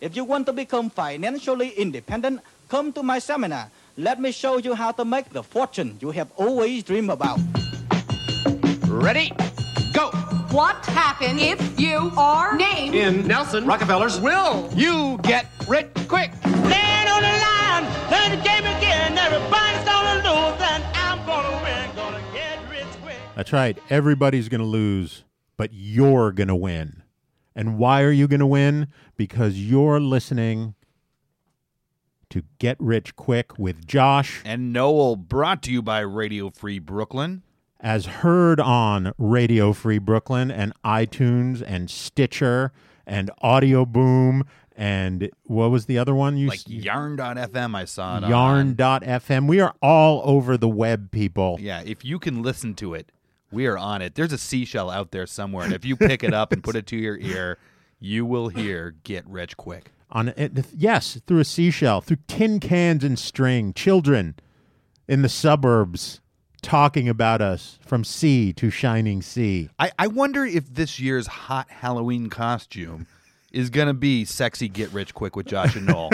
If you want to become financially independent, come to my seminar. Let me show you how to make the fortune you have always dreamed about. Ready? Go! What happens if you are named In Nelson Rockefeller's will you get rich quick? Land on the line, play the game again. Everybody's gonna lose, and I'm gonna win. Gonna get rich quick. That's right. Everybody's going to lose, but you're going to win. And why are you going to win? Because you're listening to Get Rich Quick with Josh, And Noel brought to you by Radio Free Brooklyn. as heard on Radio Free Brooklyn and iTunes and Stitcher and Audio Boom and what was the other one you Like yarn.fm, I saw it on. Yarn.fm. We are all over the web, people. Yeah, if you can listen to it, we are on it. There's a seashell out there somewhere, and if you pick it up and put it to your ear, you will hear Get Rich Quick. on it, yes through a seashell through tin cans and string children in the suburbs talking about us from sea to shining sea I, I wonder if this year's hot Halloween costume is going to be sexy Get Rich Quick with Josh and Noel.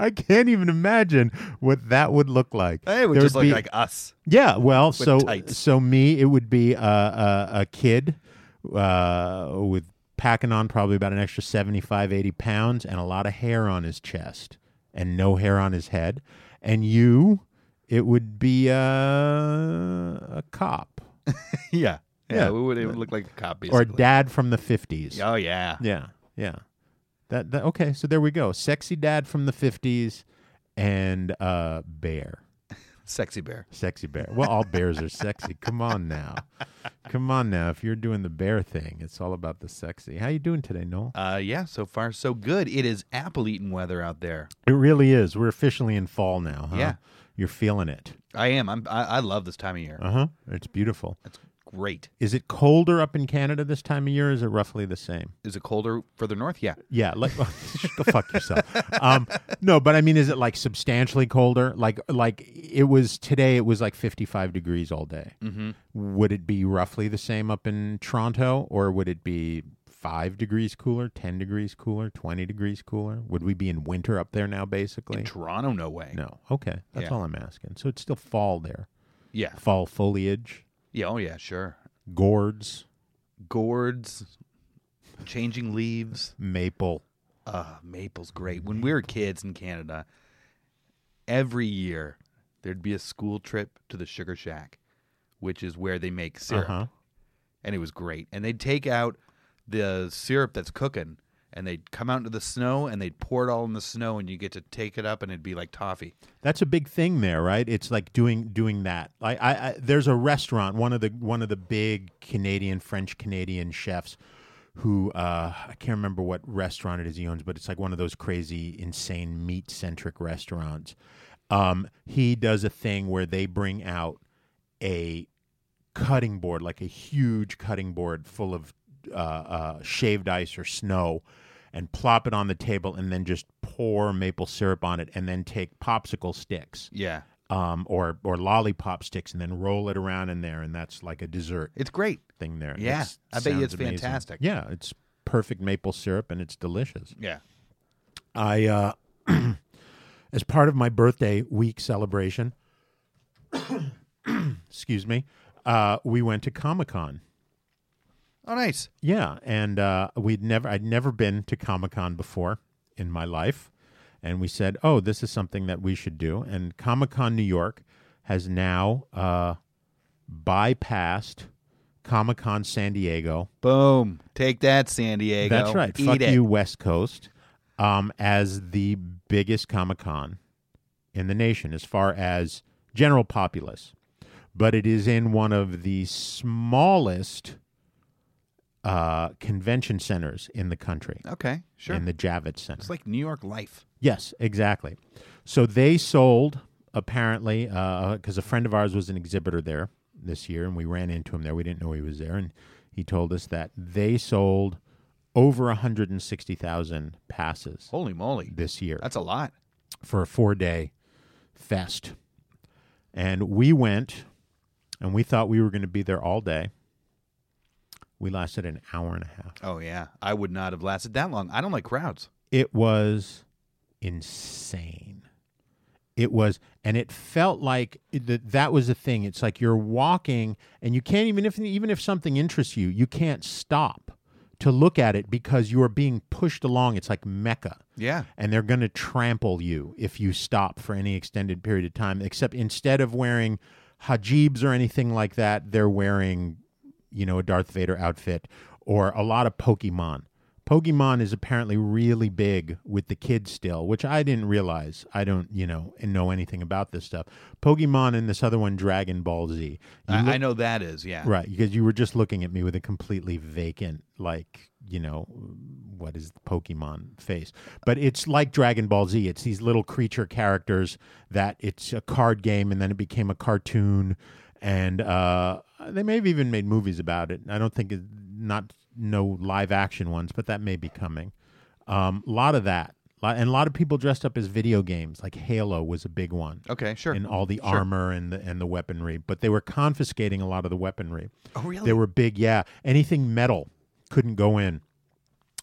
i can't even imagine what that would look like Hey, we There just would look be- like us. yeah well so tights. so me it would be a, a, a kid uh, with packing on probably about an extra 75 80 pounds and a lot of hair on his chest and no hair on his head and you it would be uh, a cop Yeah. Yeah. Yeah. It, would, it would look like a copy. or dad from the 50s. Oh, yeah. Yeah. Yeah. That, that okay, so there we go. Sexy dad from the 50s and uh bear. Sexy bear. Sexy bear. Well, all bears are sexy. Come on now. Come on now. If you're doing the bear thing, it's all about the sexy. How you doing today, Noel? Uh, yeah, so far so good. It is apple eating weather out there. It really is. We're officially in fall now, huh? Yeah. You're feeling it. I am. I'm, I, I love this time of year. Uh-huh. It's beautiful. It's great. Is it colder up in Canada this time of year? Or is it roughly the same? Is it colder further north? Yeah. Yeah, like go fuck yourself. Um, no, but I mean, is it like substantially colder? Like, like it was today. It was like fifty-five degrees all day. Mm-hmm. Would it be roughly the same up in Toronto, or would it be five degrees cooler, ten degrees cooler, twenty degrees cooler? Would we be in winter up there now, basically? Toronto, no way. no. Okay, that's Yeah. all I'm asking. So it's still fall there. Yeah. Fall foliage, Yeah. Oh, yeah, sure. gourds, Gourds, changing leaves. maple. Ah, maple's great. When we were kids in Canada, every year there'd be a school trip to the Sugar Shack, which is where they make syrup. Uh-huh. And it was great. And they'd take out the syrup that's cooking and they'd come out into the snow and they'd pour it all in the snow and you get to take it up and it'd be like toffee. That's a big thing there, right? It's like doing doing that. Like I, I there's a restaurant, one of the one of the big Canadian French Canadian chefs who uh, I can't remember what restaurant it is he owns, but it's like one of those crazy, insane meat centric restaurants. Um, he does a thing where they bring out a cutting board, like a huge cutting board full of uh, uh, shaved ice or snow, and plop it on the table, and then just pour maple syrup on it, and then take popsicle sticks Yeah. um, or or lollipop sticks, and then roll it around in there, and that's like a dessert It's great. thing there. Yeah, It's- I bet you sounds it's fantastic. Yeah, it's perfect maple syrup, and it's delicious. Yeah. I, uh, as part of my birthday week celebration, excuse me, uh, we went to Comic Con. Oh, nice. Yeah, and uh, we'd never, I'd never been to Comic Con before in my life, and we said, "Oh, this is something that we should do." And Comic Con New York has now uh, bypassed Comic Con San Diego. Boom. Take that, San Diego. That's right. Eat Fuck it. you, West Coast, um, as the biggest Comic Con in the nation as far as general populace. But it is in one of the smallest uh, convention centers in the country, Okay, sure. in the Javits Center. it's like New York life. Yes, exactly. So they sold apparently because a friend of ours was an exhibitor there this year, and we ran into him there. We didn't know he was there, and he told us that they sold over 160,000 passes Holy moly. this year That's a lot. for a four day fest. And we went, and we thought we were going to be there all day. We lasted an hour and a half. Oh yeah, I would not have lasted that long. I don't like crowds. It was insane. It was, and it felt like that. That was the thing. It's like you're walking, and you can't even if even if something interests you, you can't stop to look at it because you are being pushed along. It's like Mecca. Yeah. and they're going to trample you if you stop for any extended period of time. Except instead of wearing hijabs or anything like that, they're wearing, you know, a Darth Vader outfit or a lot of Pokemon. Pokemon is apparently really big with the kids still, which I didn't realize. I don't, you know, know anything about this stuff. Pokemon and this other one, Dragon Ball Z. You I, I know that is. Yeah. Right, because you were just looking at me with a completely vacant, like you know, what is the Pokemon face? But it's like Dragon Ball Z. It's these little creature characters that it's a card game, and then it became a cartoon, and uh, they may have even made movies about it. I don't think it, not no live action ones, but that may be coming. A lot of that, Lot- and a lot of people dressed up as video games, like Halo was a big one Okay. Sure. and all the armor and the and the weaponry. But they were confiscating a lot of the weaponry. Oh, really? They were big, yeah. Anything metal couldn't go in.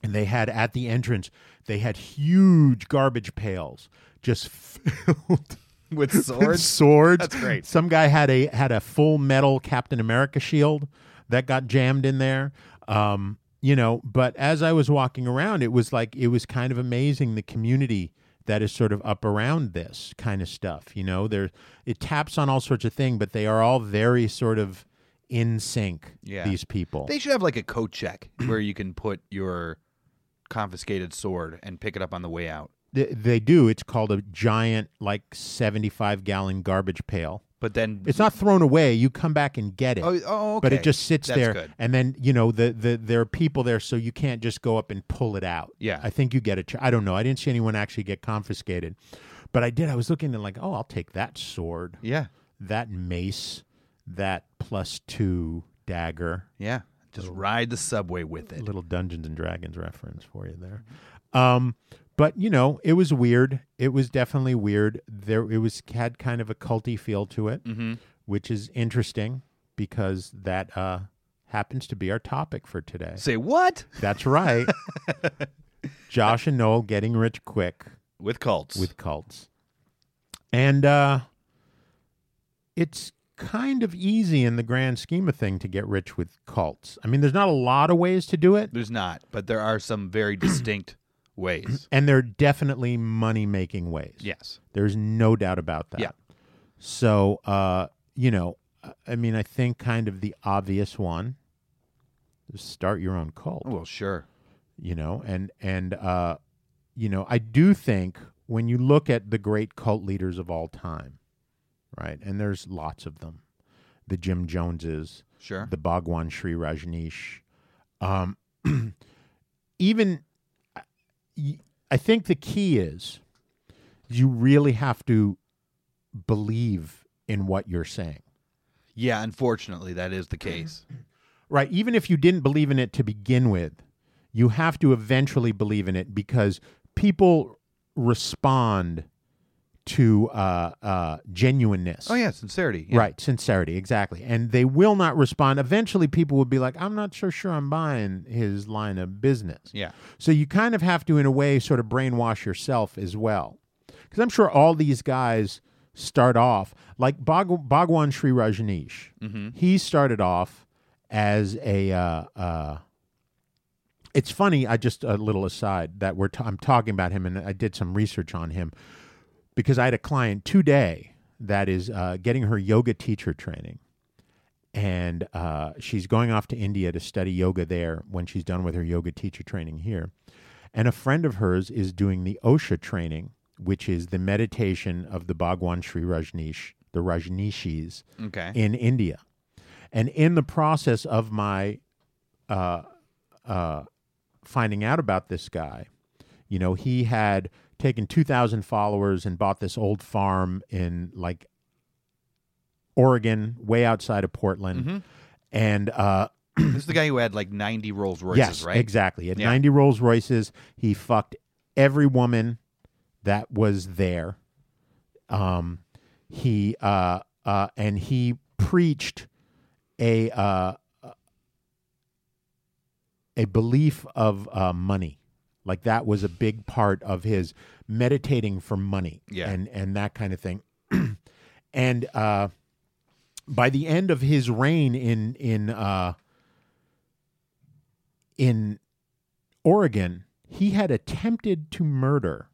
And they had at the entrance, they had huge garbage pails just filled with with swords. swords. That's great. Some guy had a had a full metal Captain America shield that got jammed in there. Um, you know, but as I was walking around, it was like it was kind of amazing the community that is sort of up around this kind of stuff. You know, there it taps on all sorts of things, but they are all very sort of in sync. Yeah. These people. They should have like a coat check where you can put your confiscated sword and pick it up on the way out. they, they do. It's called a giant, like seventy-five gallon garbage pail. But then It's not thrown away. You come back and get it. Oh, oh, But it okay. just sits That's there, good. and then you know the, the there are people there, so you can't just go up and pull it out. Yeah. I think you get a. Ch- I don't know. I didn't see anyone actually get confiscated, but I did. I was looking and like, oh, I'll take that sword, yeah, that mace, that plus two dagger. yeah. Just ride the subway with it. Little Dungeons and Dragons reference for you there. Um, but you know, it was weird. It was definitely weird. There, it was had kind of a culty feel to it, which is interesting because that uh, happens to be our topic for today. Say what? That's right. Josh and Noel getting rich quick With cults. with cults, and uh, it's kind of easy in the grand scheme of thing to get rich with cults. I mean, there's not a lot of ways to do it. There's not, but there are some very distinct ways. And they're definitely money making ways. Yes. There's no doubt about that. Yeah. So, uh, you know, I- I mean, I think kind of the obvious one is start your own cult, Oh, Well, sure. you know, and, and, uh, you know, I do think when you look at the great cult leaders of all time, right, and there's lots of them the Jim Joneses, Sure. the Bhagwan Sri Rajneesh. Um, even I- I think the key is you really have to believe in what you're saying. yeah, unfortunately, that is the case. Right, even if you didn't believe in it to begin with, you have to eventually believe in it because people respond to uh, uh, genuineness. Oh, yeah, sincerity. yeah. Right, sincerity, exactly. And they will not respond. Eventually, people will be like, I'm not so sure I'm buying his line of business. Yeah. So you kind of have to, in a way, sort of brainwash yourself as well. Because I'm sure all these guys start off, like Bhag- Bhagwan Sri Rajneesh, Mm-hmm. he started off as a. Uh, uh, it's funny, I just a little aside that we're t- I'm talking about him and I did some research on him because I had a client today that is uh, getting her yoga teacher training. And uh, she's going off to India to study yoga there when she's done with her yoga teacher training here. And a friend of hers is doing the OSHA training, which is the meditation of the Bhagwan Sri Rajneesh, the Rajneeshis Okay. in India. And in the process of my uh, uh, finding out about this guy, you know, he had taken 2,000 followers and bought this old farm in like Oregon, way outside of Portland. And uh, this is the guy who had like 90 Rolls Royces, yes, right? exactly. He had Yeah. 90 Rolls Royces. He fucked every woman that was there. Um, he uh, uh, and he preached a uh, a belief of uh, money. Like that was a big part of his meditating for money Yeah. and, and that kind of thing. and uh, by the end of his reign in in uh, in Oregon, he had attempted to murder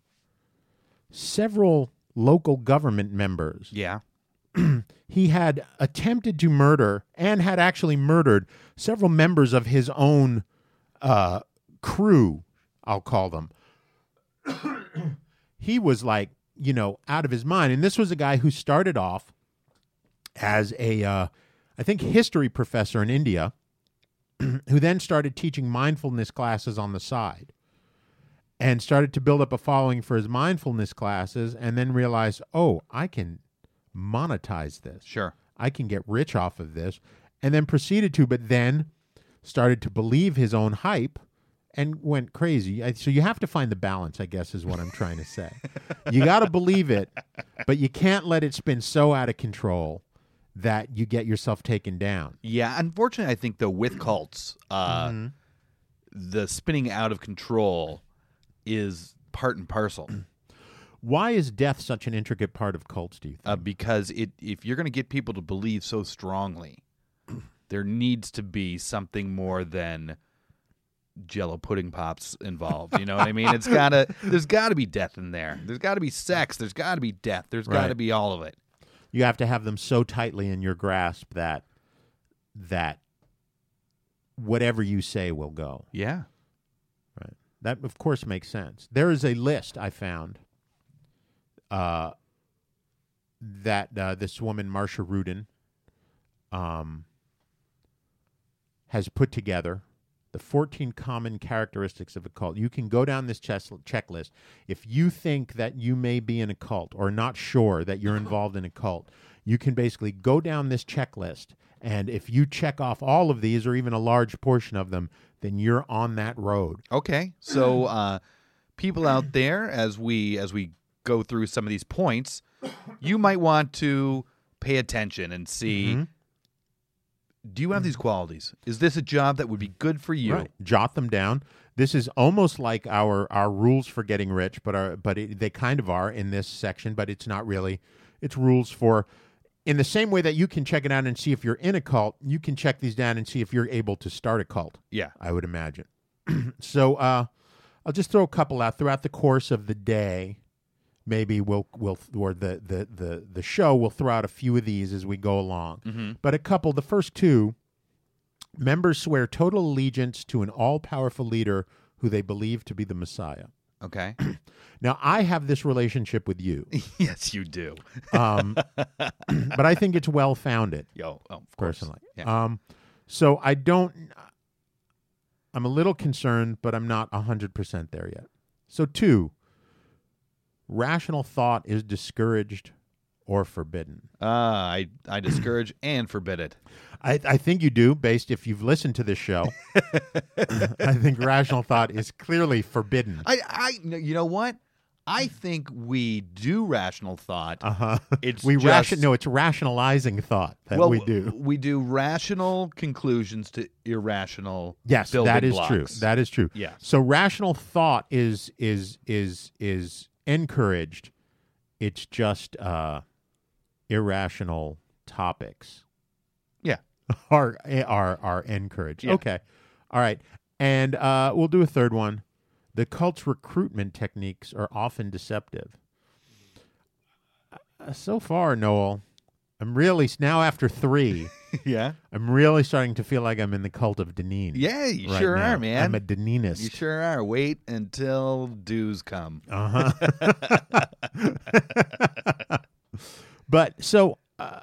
several local government members Yeah. he had attempted to murder and had actually murdered several members of his own uh, crew, I'll call them. he was like, you know, out of his mind. And this was a guy who started off as a, uh, I think, history professor in India, who then started teaching mindfulness classes on the side and started to build up a following for his mindfulness classes and then realized, oh, I can monetize this. Sure. I can get rich off of this. And then proceeded to, but then started to believe his own hype and went crazy. I- So you have to find the balance, I guess, is what I'm trying to say. you got to believe it, but you can't let it spin so out of control that you get yourself taken down. Yeah, unfortunately, I think though with cults, uh, the spinning out of control is part and parcel Why is death such an intricate part of cults, do you think? uh, because it if you're going to get people to believe so strongly, there needs to be something more than jello pudding pops involved you know what i mean it's gotta there's gotta be death in there there's gotta be sex there's gotta be death there's gotta Right. be all of it You have to have them so tightly in your grasp that that whatever you say will go. yeah Right. That of course makes sense. There is a list I found uh, that uh, this woman Marcia Rudin um, has put together the 14 common characteristics of a cult. You can go down this chess- checklist. If you think that you may be in a cult or not sure that you're involved in a cult, you can basically go down this checklist. And if you check off all of these or even a large portion of them, then you're on that road. Okay. So uh, people out there, as we as we go through some of these points, you might want to pay attention and see. Mm-hmm. Do you have these qualities? Is this a job that would be good for you? Right. Jot them down. This is almost like our our rules for getting rich, but are but it, they kind of are in this section, but it's not really. It's rules for in the same way that you can check it out and see if you're in a cult, you can check these down and see if you're able to start a cult. Yeah. I would imagine. so uh, I'll just throw a couple out throughout the course of the day. Maybe we'll we'll or the the the the show will throw out a few of these as we go along. But a couple, the first two, members swear total allegiance to an all-powerful leader who they believe to be the Messiah. Okay. Now I have this relationship with you, yes, you do. um, but I think it's well founded Yo, oh, of course. personally. Yeah. Um, so I don't. I'm a little concerned, but I'm not hundred percent there yet. So two. Rational thought is discouraged or forbidden. Uh, I I discourage and forbid it. I, I think you do, based if you've listened to this show. I think rational thought is clearly forbidden. I I no, you know what? I think we do rational thought. Uh huh. It's we just- ration. No, it's rationalizing thought that well, we do. We do rational conclusions to irrational. Yes, building that is blocks. true. That is true. Yeah. So rational thought is is is is encouraged. It's just uh, irrational topics yeah. are are are encouraged. Yeah. Okay. All right. And uh, we'll do a third one. The cult's recruitment techniques are often deceptive. Uh, so far, Noel, I'm really now after three. Yeah. I'm really starting to feel like I'm in the cult of Deneen. Yeah, you right sure now. are, man. I'm a Deneenist. you sure are. Wait until dues come. Uh-huh. But so uh,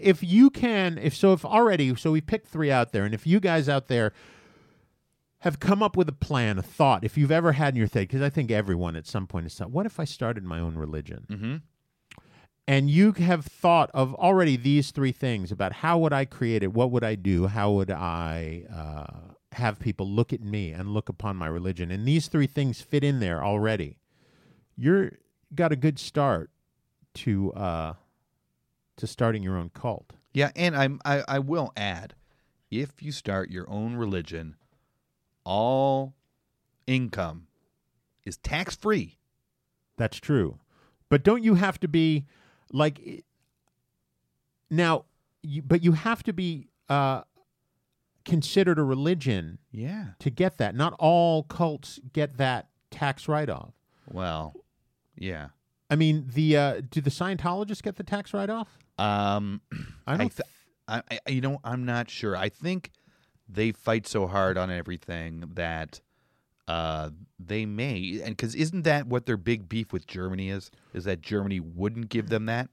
if you can, if so, if already, so we picked three out there, and if you guys out there have come up with a plan, a thought, if you've ever had in your head, because I think everyone at some point has thought, what if I started my own religion? Mhm. And you have thought of already these three things about how would I create it? What would I do? How would I uh, have people look at me and look upon my religion? And these three things fit in there already. You're got a good start to uh, to starting your own cult. Yeah, and I'm I, I will add, if you start your own religion, all income is tax free. That's true. But don't you have to be like i- now you, but you have to be uh considered a religion Yeah. to get that. Not all cults get that tax write off. Well, yeah. I mean, the uh do the Scientologists get the tax write off? Um, I don't th- I, I, you know, I'm not sure. I think they fight so hard on everything that uh, they may, and because isn't that what their big beef with Germany is? Is that Germany wouldn't give them that?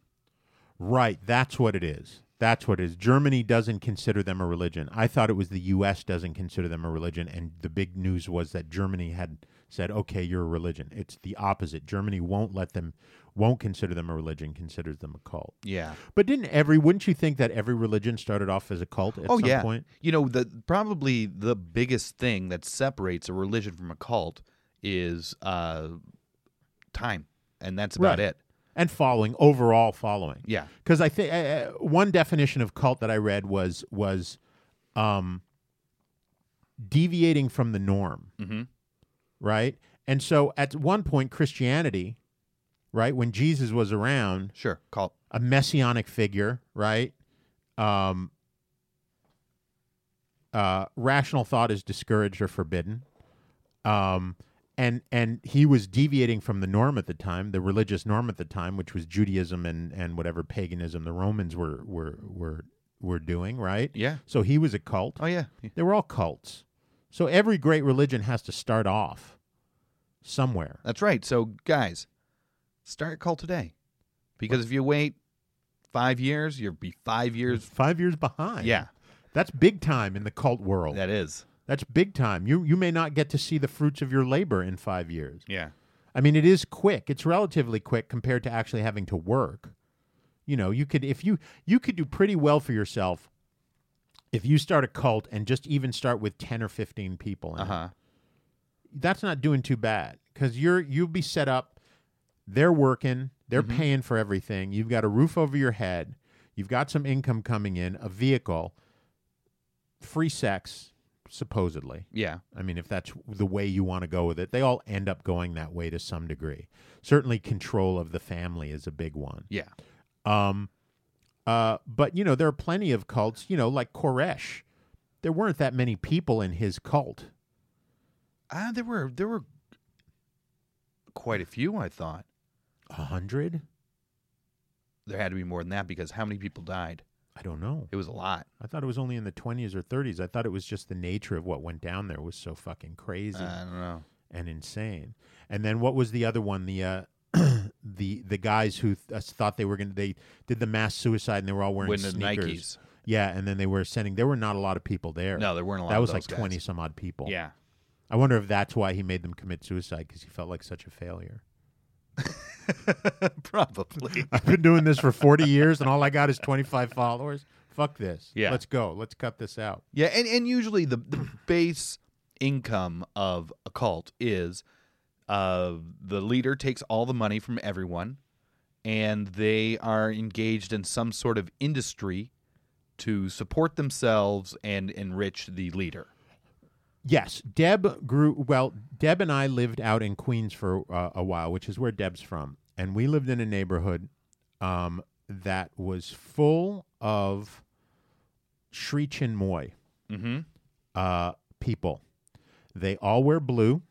Right, that's what it is. That's what it is. Germany doesn't consider them a religion. I thought it was the US doesn't consider them a religion and the big news was that Germany had said, "Okay, you're a religion." It's the opposite. Germany won't let them won't consider them a religion, considers them a cult. Yeah. But didn't every wouldn't you think that every religion started off as a cult at oh some yeah. point? You know, the probably the biggest thing that separates a religion from a cult is uh, time, and that's about Right. it. And following overall following. Yeah. because I think uh, one definition of cult that I read was was um, deviating from the norm, Mhm. right? And so at one point, Christianity, right, when Jesus was around, Sure. Cult. a messianic figure, right? Um, uh, rational thought is discouraged or forbidden. Um, and and he was deviating from the norm at the time, the religious norm at the time, which was Judaism and, and whatever paganism the Romans were were were were doing, right? Yeah. So he was a cult. Oh yeah. They were all cults. So every great religion has to start off somewhere. That's right. So, guys, start a cult today. Because if you wait five years, you'll be five years. Five years behind. Yeah. That's big time in the cult world. That is. That's big time. You you may not get to see the fruits of your labor in 5 years. Yeah. I mean, it is quick. It's relatively quick compared to actually having to work. You know, you could if you you could do pretty well for yourself if you start a cult and just even start with 10 or 15 people. in Uh it. huh. That's not doing too bad cuz you're you'll be set up. They're working, they're paying for everything. You've got a roof over your head. You've got some income coming in, a vehicle, free sex supposedly. Yeah. I mean, if that's the way you want to go with it, they all end up going that way to some degree. Certainly, control of the family is a big one. Yeah. Um, uh, but you know, there are plenty of cults. You know, like Koresh, there weren't that many people in his cult. Uh, there were there were quite a few. I thought A hundred? there had to be more than that because how many people died? I don't know. It was a lot. I thought it was only in the twenties or thirties. I thought it was just the nature of what went down there was so fucking crazy. I don't know. and insane. And then what was the other one? The uh, the the guys who th- us- thought they were going to they did the mass suicide and they were all wearing With the sneakers. Nikes. Yeah, and then they were sending. There were not a lot of people there. No, there weren't a lot That of was like those guys. twenty some odd people. Yeah. I wonder if that's why he made them commit suicide because he felt like such a failure. Probably. I've been doing this for forty years and all I got is twenty five followers. Fuck this. Yeah. let's go. Let's cut this out. Yeah, and, and usually the, the base income of a cult is uh, the leader takes all the money from everyone, and they are engaged in some sort of industry to support themselves and enrich the leader. Yes, Deb grew well. Deb and I lived out in Queens for uh, a while, which is where Deb's from, and we lived in a neighborhood um, that was full of Sri Chinmoy Mm-hmm. uh, people. They all wear blue,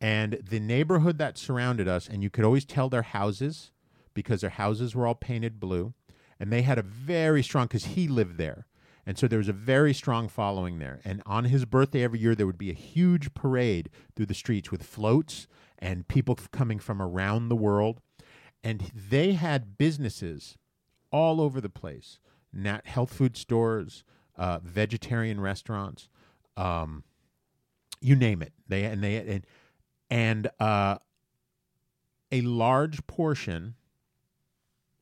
and the neighborhood that surrounded us, and you could always tell their houses because their houses were all painted blue, and they had a very strong because he lived there, and so there was a very strong following there. And on his birthday every year, there would be a huge parade through the streets with floats and people f- coming from around the world, and they had businesses all over the place. Nat health food stores, uh, vegetarian restaurants, um, you name it. They and they and and uh, a large portion.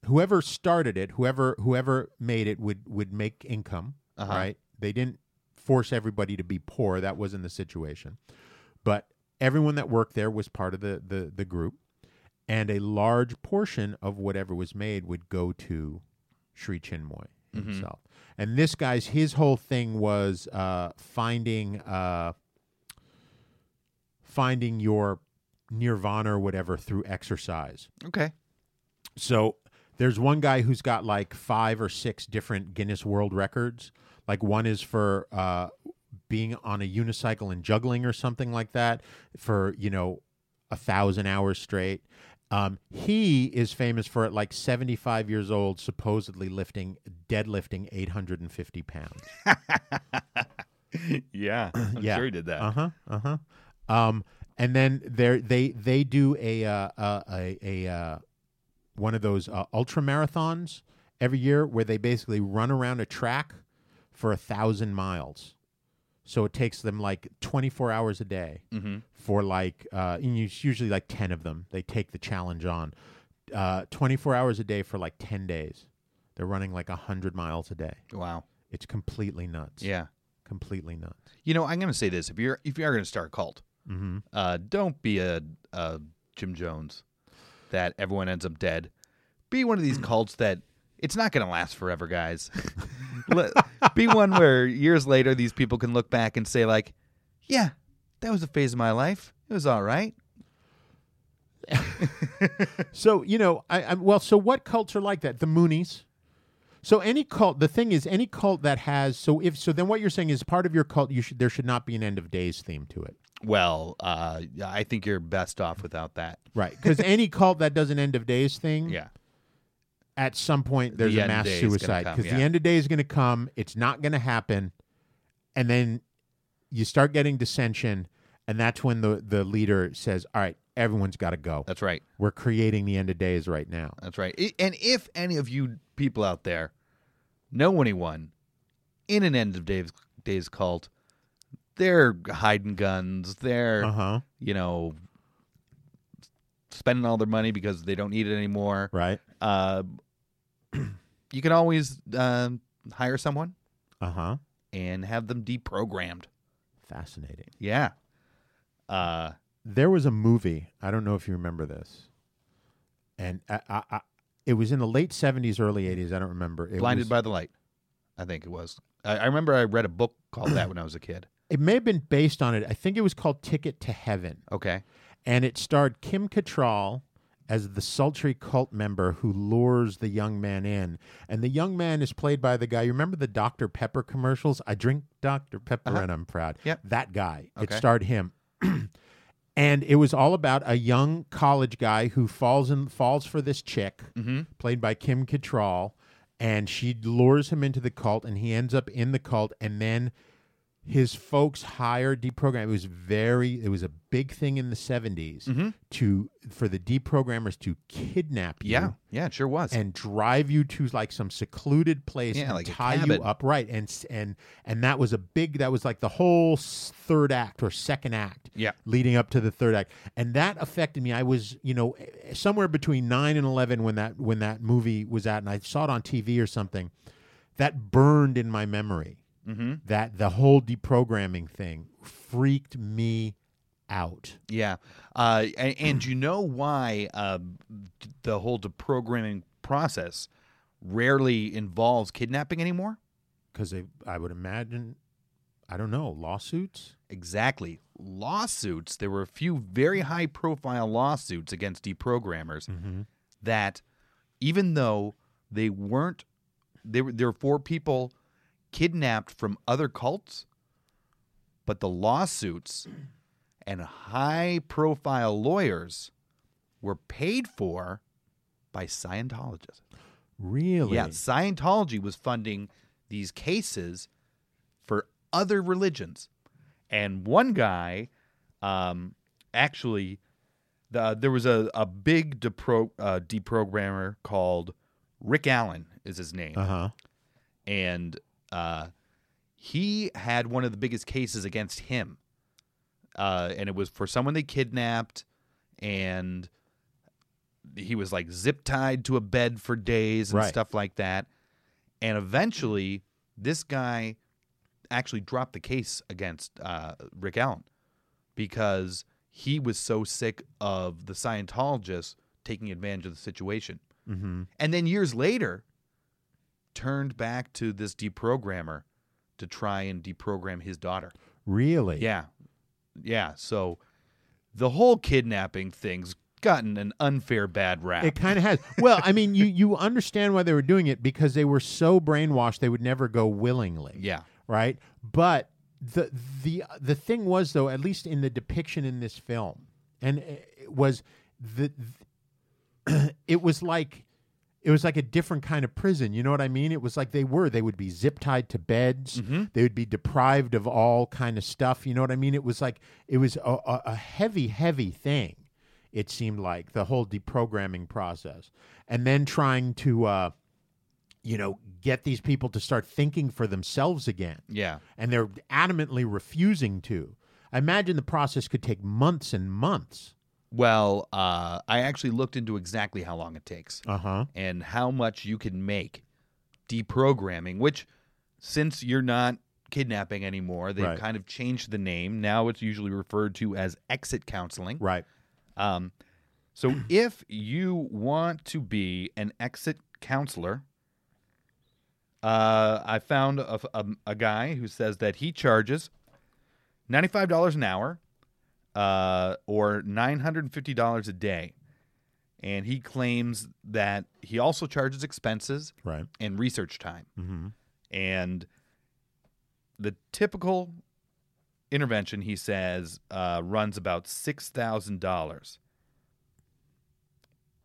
Whoever started it, whoever whoever made it would would make income, Uh-huh. right? They didn't force everybody to be poor. That wasn't the situation, but everyone that worked there was part of the the, the group and a large portion of whatever was made would go to Sri Chinmoy himself. And this guy's his whole thing was uh, finding uh, finding your nirvana or whatever through exercise. Okay. So there's one guy who's got like five or six different Guinness World Records. Like one is for uh, being on a unicycle and juggling or something like that for you know a thousand hours straight. Um, he is famous for at like 75 years old, supposedly lifting deadlifting 850 pounds. Yeah. I'm Yeah. sure he did that. Uh huh. Uh huh. Um, and then there they they do a uh, uh, a a uh, one of those uh, ultra marathons every year where they basically run around a track for a thousand miles. So it takes them like 24 hours a day Mm-hmm. for like, uh, and it's usually like 10 of them. They take the challenge on. Uh, 24 hours a day for like 10 days. They're running like 100 miles a day. Wow. It's completely nuts. Yeah. Completely nuts. You know, I'm going to say this: if you're if you are going to start a cult, uh, don't be a, a Jim Jones that everyone ends up dead. Be one of these cults that it's not going to last forever, guys. Le- be one where years later these people can look back and say, like, yeah, that was a phase of my life. It was all right. So you know, I, I'm well. So what cults are like that? The Moonies. So any cult, the thing is, any cult that has so if so, then what you're saying is part of your cult. You should there should not be an end of days theme to it, Well, uh, I think you're best off without that. right? Because any cult that does an end of days thing, Yeah. at some point there's The a end mass day is gonna suicide come, because yeah. the end of day is going to come. It's not going to happen, and then you start getting dissension, and that's when the the leader says, "All right, everyone's got to go. That's right. We're creating the end of days right now." That's right. I- And if any of you people out there know anyone in an end of Dave's Dave's cult, they're hiding guns. They're Uh huh. you know spending all their money because they don't need it anymore. Right. Uh, you can always um, hire someone Uh huh. and have them deprogrammed. Fascinating. Yeah. Uh, there was a movie. I don't know if you remember this, and I, I, I it was in the late seventies, early eighties. I don't remember. It blinded was- by the light. I think it was. I, I remember I read a book called that when I was a kid. It may have been based on it. I think it was called Ticket to Heaven, Okay. and it starred Kim Cattrall as the sultry cult member who lures the young man in, and the young man is played by the guy. You remember the Dr Pepper commercials? I drink Dr Pepper and I'm proud. Uh-huh. Yep. that guy. It Okay. starred him. and it was all about a young college guy who falls in falls for this chick played by Kim Cattrall and she lures him into the cult and he ends up in the cult and then his folks hire deprogram it was very it was a big thing in the 70s to for the deprogrammers to kidnap you Yeah. Yeah. It sure was. and drive you to like some secluded place Yeah, and like a tie cabin. you up right and s- and and that was a big that was like the whole s- third act or second act Yeah. leading up to the third act and that affected me i was you know eh, somewhere between 9 and 11 when that when that movie was out and i saw it on tv or something that burned in my memory Mm-hmm. that the whole deprogramming thing freaked me out Yeah, uh, and, and you know why uh, d- the whole deprogramming process rarely involves kidnapping anymore? because i would imagine i don't know lawsuits Exactly. Lawsuits. There were a few very high-profile lawsuits against deprogrammers that, even though they weren't, they were there were four people kidnapped from other cults, but the lawsuits and high-profile lawyers were paid for by Scientologists. really Yeah, Scientology was funding these cases for other religions, and one guy, um, actually, the, there was a a big depro, uh, deprogrammer called Rick Allen is his name, uh-huh and uh, he had one of the biggest cases against him, uh, and it was for someone they kidnapped, and he was like zip tied to a bed for days and Right. stuff like that, and eventually this guy actually dropped the case against uh, Rick Allen because he was so sick of the Scientologists taking advantage of the situation. Mm-hmm. And then years later, turned back to this deprogrammer to try and deprogram his daughter. Really? Yeah. Yeah. So the whole kidnapping thing's gotten an unfair bad rap. It kind of has. Well, I mean, you you understand why they were doing it because they were so brainwashed they would never go willingly. Yeah. Right. But the the the thing was though, at least in the depiction in this film, and it was the it was like it was like a different kind of prison you know what i mean it was like they were they would be zip tied to beds they would be deprived of all kind of stuff you know what i mean it was like it was a, a, a heavy heavy thing it seemed like the whole deprogramming process and then trying to uh, you know get these people to start thinking for themselves again yeah. and they're adamantly refusing to i imagine the process could take months and months Well, uh, I actually looked into exactly how long it takes uh-huh and how much you can make deprogramming, which since you're not kidnapping anymore, they've Right. kind of changed the name. Now it's usually referred to as exit counseling. right Um, so if you want to be an exit counselor, uh, I found a, a, a guy who says that he charges $95 an hour uh, or $950 a day. And he claims that he also charges expenses right and research time. mm-hmm And the typical intervention, he says, uh, runs about $6,000.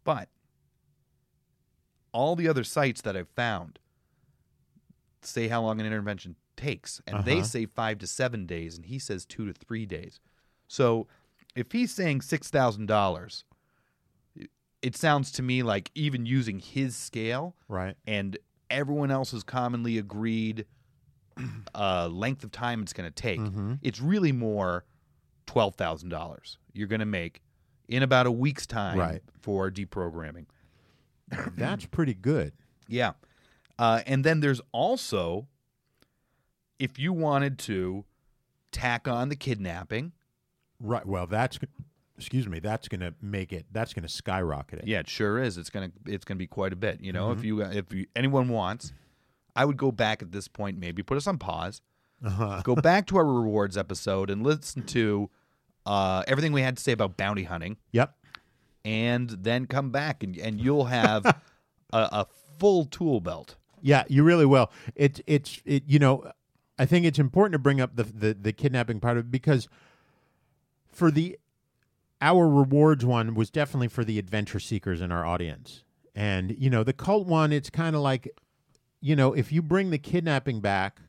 But all the other sites that I've found say how long an intervention takes, and they Uh-huh. say five to seven days, and he says two to three days. So if he's saying $6,000, it sounds to me like even using his scale, right and everyone else's commonly agreed uh, length of time it's going to take. It's really more twelve thousand dollars you're going to make in about a week's time Right. for deprogramming. that's pretty good Yeah, uh, and then there's also if you wanted to tack on the kidnapping. Right. Well, that's excuse me. That's going to make it. That's going to skyrocket it. Yeah, it sure is. It's gonna it's gonna be quite a bit. You know, if you uh, if you, anyone wants, I would go back at this point. Maybe put us on pause. go back to our rewards episode and listen to uh, everything we had to say about bounty hunting, Yep. and then come back and and you'll have a, a full tool belt. Yeah. You really will. It's it's it. You know, I think it's important to bring up the the, the kidnapping part of it because for the our rewards one was definitely for the adventure seekers in our audience, and you know the cult one. It's kind of like, you know, if you bring the kidnapping back,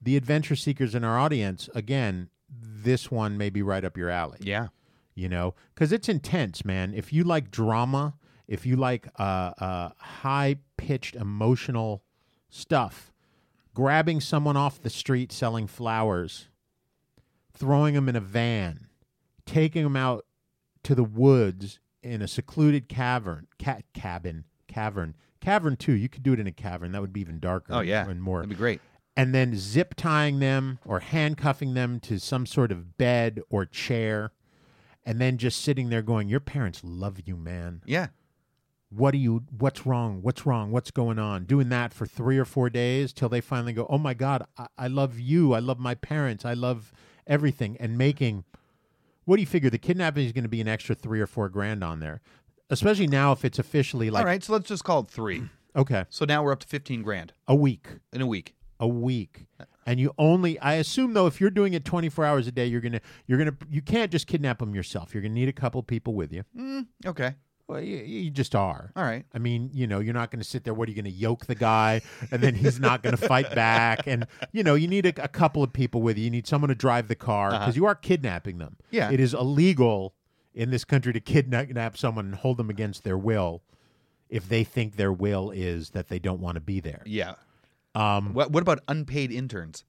the adventure seekers in our audience again. This one may be right up your alley. Yeah, you know because it's intense man if you like drama if you like uh, uh, high-pitched emotional stuff grabbing someone off the street selling flowers throwing them in a van taking them out to the woods in a secluded cavern cat cabin cavern cavern too you could do it in a cavern that would be even darker Oh yeah, and more That'd be great. and then zip tying them or handcuffing them to some sort of bed or chair and then just sitting there going your parents love you man Yeah, what are you what's wrong what's wrong what's going on doing that for three or four days till they finally go oh my god i, I love you i love my parents i love everything and making what do you figure the kidnapping is going to be an extra three or four grand on there especially now if it's officially like all right. So let's just call it three. okay So now we're up to fifteen grand a week in a week. a week and you only i assume though if you're doing it 24 hours a day you're gonna you're gonna you can't just kidnap them yourself you're gonna need a couple people with you Okay, well you, you just are Hmm. all right. i mean you know you're not gonna sit there what are you gonna yoke the guy and then he's not gonna fight back and you know you need a, a couple of people with you you need someone to drive the car because you are kidnapping them Uh-huh. Yeah. it is illegal in this country to kidnap someone and hold them against their will if they think their will is that they don't want to be there Yeah. Um, what what about unpaid interns?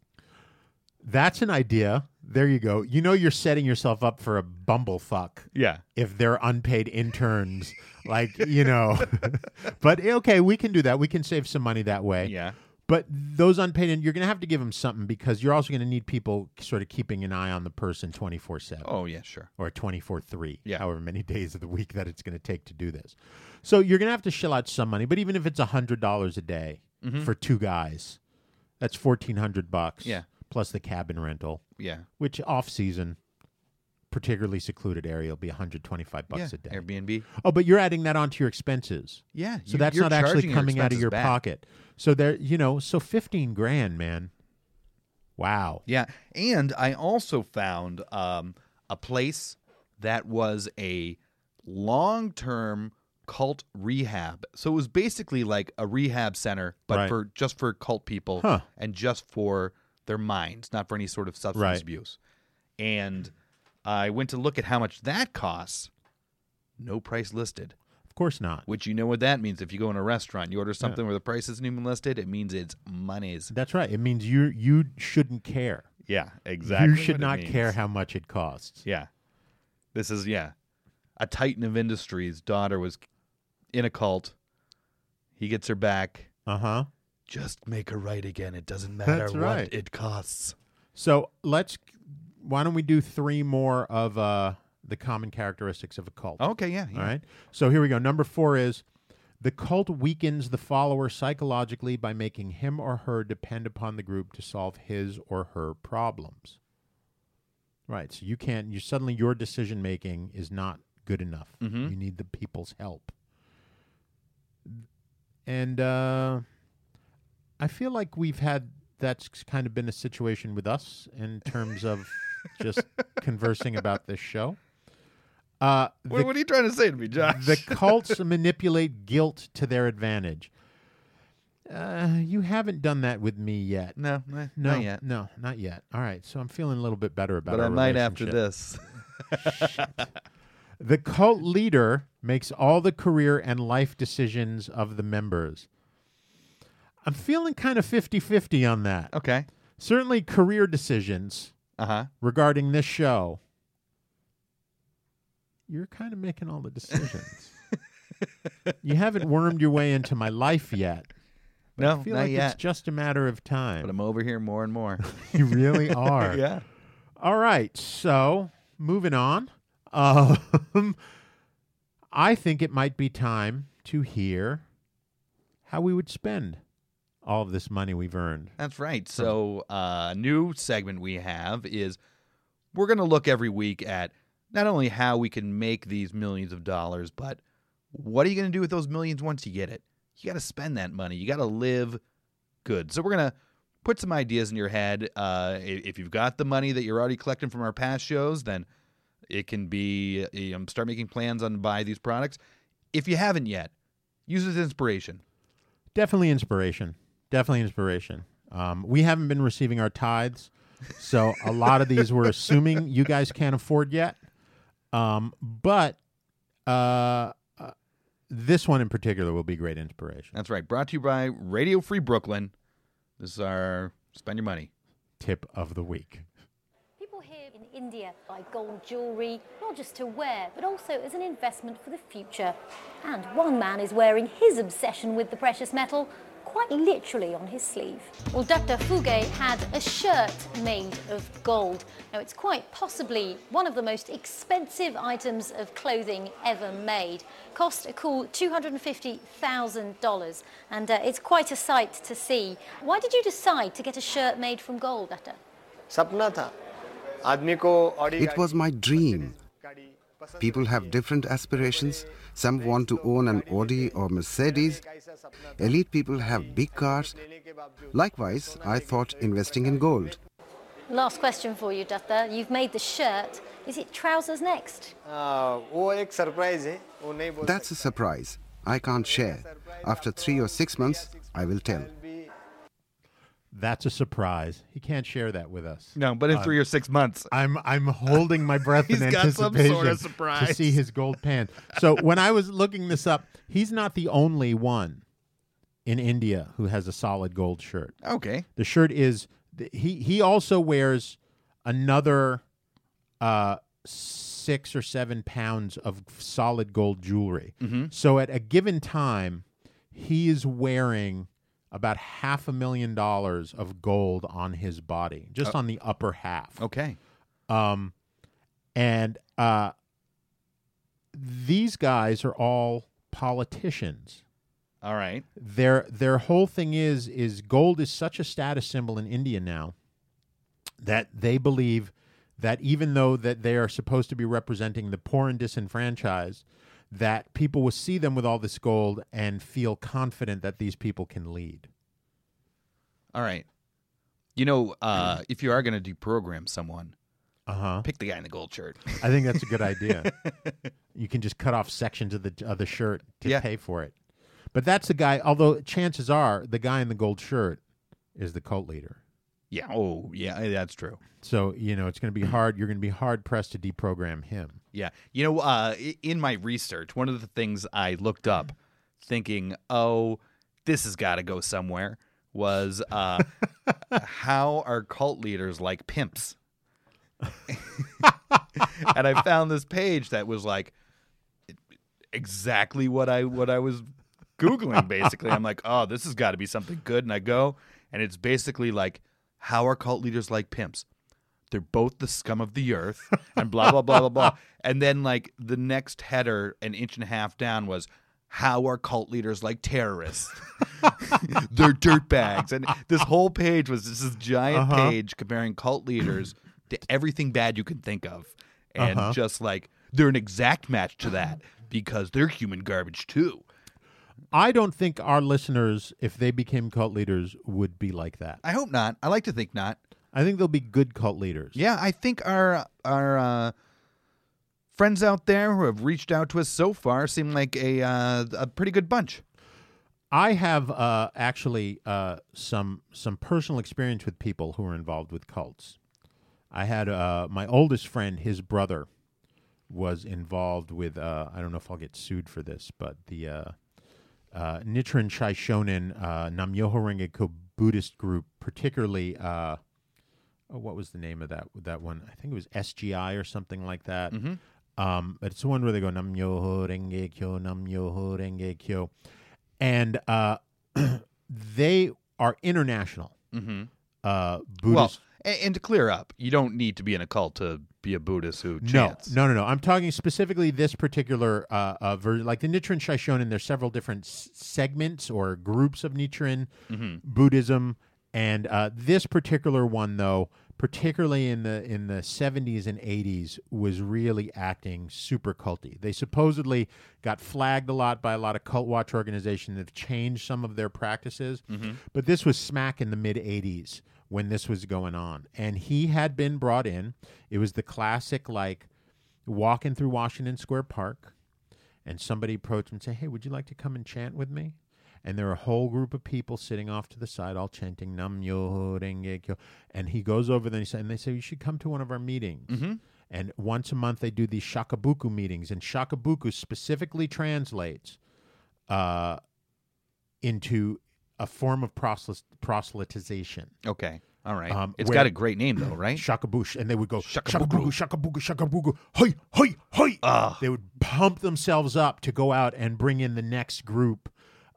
That's an idea. There you go. You know you're setting yourself up for a bumblefuck Yeah, if they're unpaid interns. like, you know. but eh, okay, we can do that. We can save some money that way. yeah. But those unpaid, in- you're going to have to give them something because you're also going to need people sort of keeping an eye on the person 24 7 Oh yeah, sure. or 24 3, Yeah. however many days of the week that it's going to take to do this. So you're going to have to shell out some money, but even if it's $100 a day Mm-hmm. for two guys, that's 1400 bucks Yeah. plus the cabin rental, Yeah. which off season particularly secluded area will be 125 bucks yeah, a day. Airbnb. Oh, but you're adding that onto your expenses. Yeah, So you- that's you're not actually charging your coming out of expenses your back. pocket. So there, you know, so 15 grand, man. Wow. Yeah, and I also found um, a place that was a long-term cult rehab. So it was basically like a rehab center, but Right. for just for cult people Huh. and just for their minds, not for any sort of substance Right. abuse. And I went to look at how much that costs. No price listed. Of course not. Which you know what that means. If you go in a restaurant, you order something where the price isn't even listed, it means it's monies. That's right. It means you you shouldn't care. Yeah, exactly. you should what it not means. care how much it costs. Yeah. This is yeah. A titan of industry's daughter was in a cult. He gets her back. Uh huh. Just make her right again. It doesn't matter That's right. what it costs. So let's. Why don't we do three more of uh, the common characteristics of a cult? Okay, yeah. yeah. All right. So here we go. Number four is the cult weakens the follower psychologically by making him or her depend upon the group to solve his or her problems. Right. So you can't, you suddenly your decision making is not good enough. You need the people's help. And uh, I feel like we've had that's kind of been a situation with us in terms of just conversing about this show. Uh, What, the what are you trying to say to me, Josh? the cults manipulate guilt to their advantage. Uh, you haven't done that with me yet. no, eh, No, not yet. no, not yet. All right, so I'm feeling a little bit better about. but our I might after relationship. this. The cult leader makes all the career and life decisions of the members. I'm feeling kind of 50-50 on that. Okay. Certainly, career decisions Uh huh. regarding this show. You're kind of making all the decisions. you haven't wormed your way into my life yet. But No, I feel Oh, not like yet. it's just a matter of time. But I'm over here more and more. you really are. yeah. All right. So moving on. Um, I think it might be time to hear how we would spend all of this money we've earned. That's right. So, uh, new segment we have is we're going to look every week at not only how we can make these millions of dollars, but what are you going to do with those millions once you get it? You got to spend that money. You got to live good. So, we're going to put some ideas in your head. Uh, i- if you've got the money that you're already collecting from our past shows, then it can be you know, start making plans on buy these products. If you haven't yet, use it as inspiration. Definitely inspiration. Definitely inspiration. Um, we haven't been receiving our tithes, so a lot of these we're assuming you guys can't afford yet. Um, but uh, uh, this one in particular will be great inspiration. That's right. Brought to you by Radio Free Brooklyn. This is our spend your money. Tip of the week. People here in India buy gold jewellery, not just to wear, but also as an investment for the future. And one man is wearing his obsession with the precious metal quite literally on his sleeve. Well, Dr. Fuge had a shirt made of gold. Now, it's quite possibly one of the most expensive items of clothing ever made. Cost a cool $250,000, and uh, it's quite a sight to see. Why did you decide to get a shirt made from gold, Dr.? सपना था आदमी को Audi It was my dream. People have different aspirations. Some want to own an Audi or Mercedes. Elite people have big cars. Likewise, I thought investing in gold. Last question for you, Datta. You've made the shirt. Is it trousers next? हाँ, वो एक surprise है वो नहीं बोल That's a surprise. I can't share. After three or six months, I will tell. That's a surprise. He can't share that with us. No, but in three or six months. I'm I'm holding my breath in He's got some anticipation sort of to surprise. see his gold pan. So when I was looking this up, he's not the only one in India who has a solid gold shirt. Okay. The shirt is th- he he also wears another uh six or seven pounds of solid gold jewelry. So at a given time, he is wearing about half a million dollars of gold on his body, just on the upper half. Okay. Um, and uh, these guys are all politicians. All right. Their their whole thing is is gold is such a status symbol in India now that they believe that even though that they are supposed to be representing the poor and disenfranchised, that people will see them with all this gold and feel confident that these people can lead. All right. You know, uh, if you are going to deprogram someone, Uh huh. pick the guy in the gold shirt. I think that's a good idea. you can just cut off sections of the of the shirt to Yeah. pay for it. But that's the guy. Although chances are, the guy in the gold shirt is the cult leader. yeah. Oh, yeah. That's true. So you know it's going to be hard. You're going to be hard pressed to deprogram him. Yeah. You know, uh, i- in my research, one of the things I looked up thinking, oh, this has got to go somewhere was uh, how are cult leaders like pimps? and I found this page that was like exactly what I what I was googling basically. I'm like, "Oh, this has got to be something good." And I go and it's basically like how are cult leaders like pimps? they're both the scum of the earth and blah blah blah blah blah and then like the next header an inch and a half down was how are cult leaders like terrorists they're dirtbags and this whole page was just this giant page comparing cult leaders to everything bad you can think of and just like they're an exact match to that because they're human garbage too I don't think our listeners, if they became cult leaders, would be like that. i hope not i like to think not I think they'll be good cult leaders. Yeah, I think our our uh, friends out there who have reached out to us so far seem like a uh, a pretty good bunch. I have uh, actually uh, some some personal experience with people who are involved with cults. I had uh, my oldest friend, his brother, was involved with. Uh, I don't know if I'll get sued for this, but the uh, uh, Nichiren Shaishonin uh, Namyoho Renge Kyo Buddhist group, particularly. Uh, oh, what was the name of that that one? I think it was SGI or something like that. Mm-hmm. Um, but it's the one where they go Nam Yoho Renge Kyo, Nam Yoho Renge Kyo, and uh, they are international Mm-hmm. uh, Well, Buddhist. and, and to clear up, you don't need to be in a cult to be a Buddhist who no, chants. no, no, no. I'm talking specifically this particular uh, uh, version, like the Nichiren Shaishonin. There's several different s- segments or groups of Nichiren Buddhism, and uh, this particular one, though, particularly in the in the 70s and 80s, was really acting super culty. They supposedly got flagged a lot by a lot of cult watch organizations. They've changed some of their practices, but this was smack in the mid 80s when this was going on, and he had been brought in. It was the classic like walking through Washington Square Park, and somebody approached him and said, "Hey, would you like to come and chant with me?" And there were a whole group of people sitting off to the side, all chanting "Nam Myoho Renge Kyo." And he goes over there and, he said, and they say, "You should come to one of our meetings." And once a month, they do these shakabuku meetings, and shakabuku specifically translates uh, into a form of proselyt- proselytization. Okay, all right. Um, it's where- got a great name though, right? Shakabush, and they would go Shakabuku. shakabuku, shakabuku, shakabuku, hoi, hoi, hoi. Ah. They would pump themselves up to go out and bring in the next group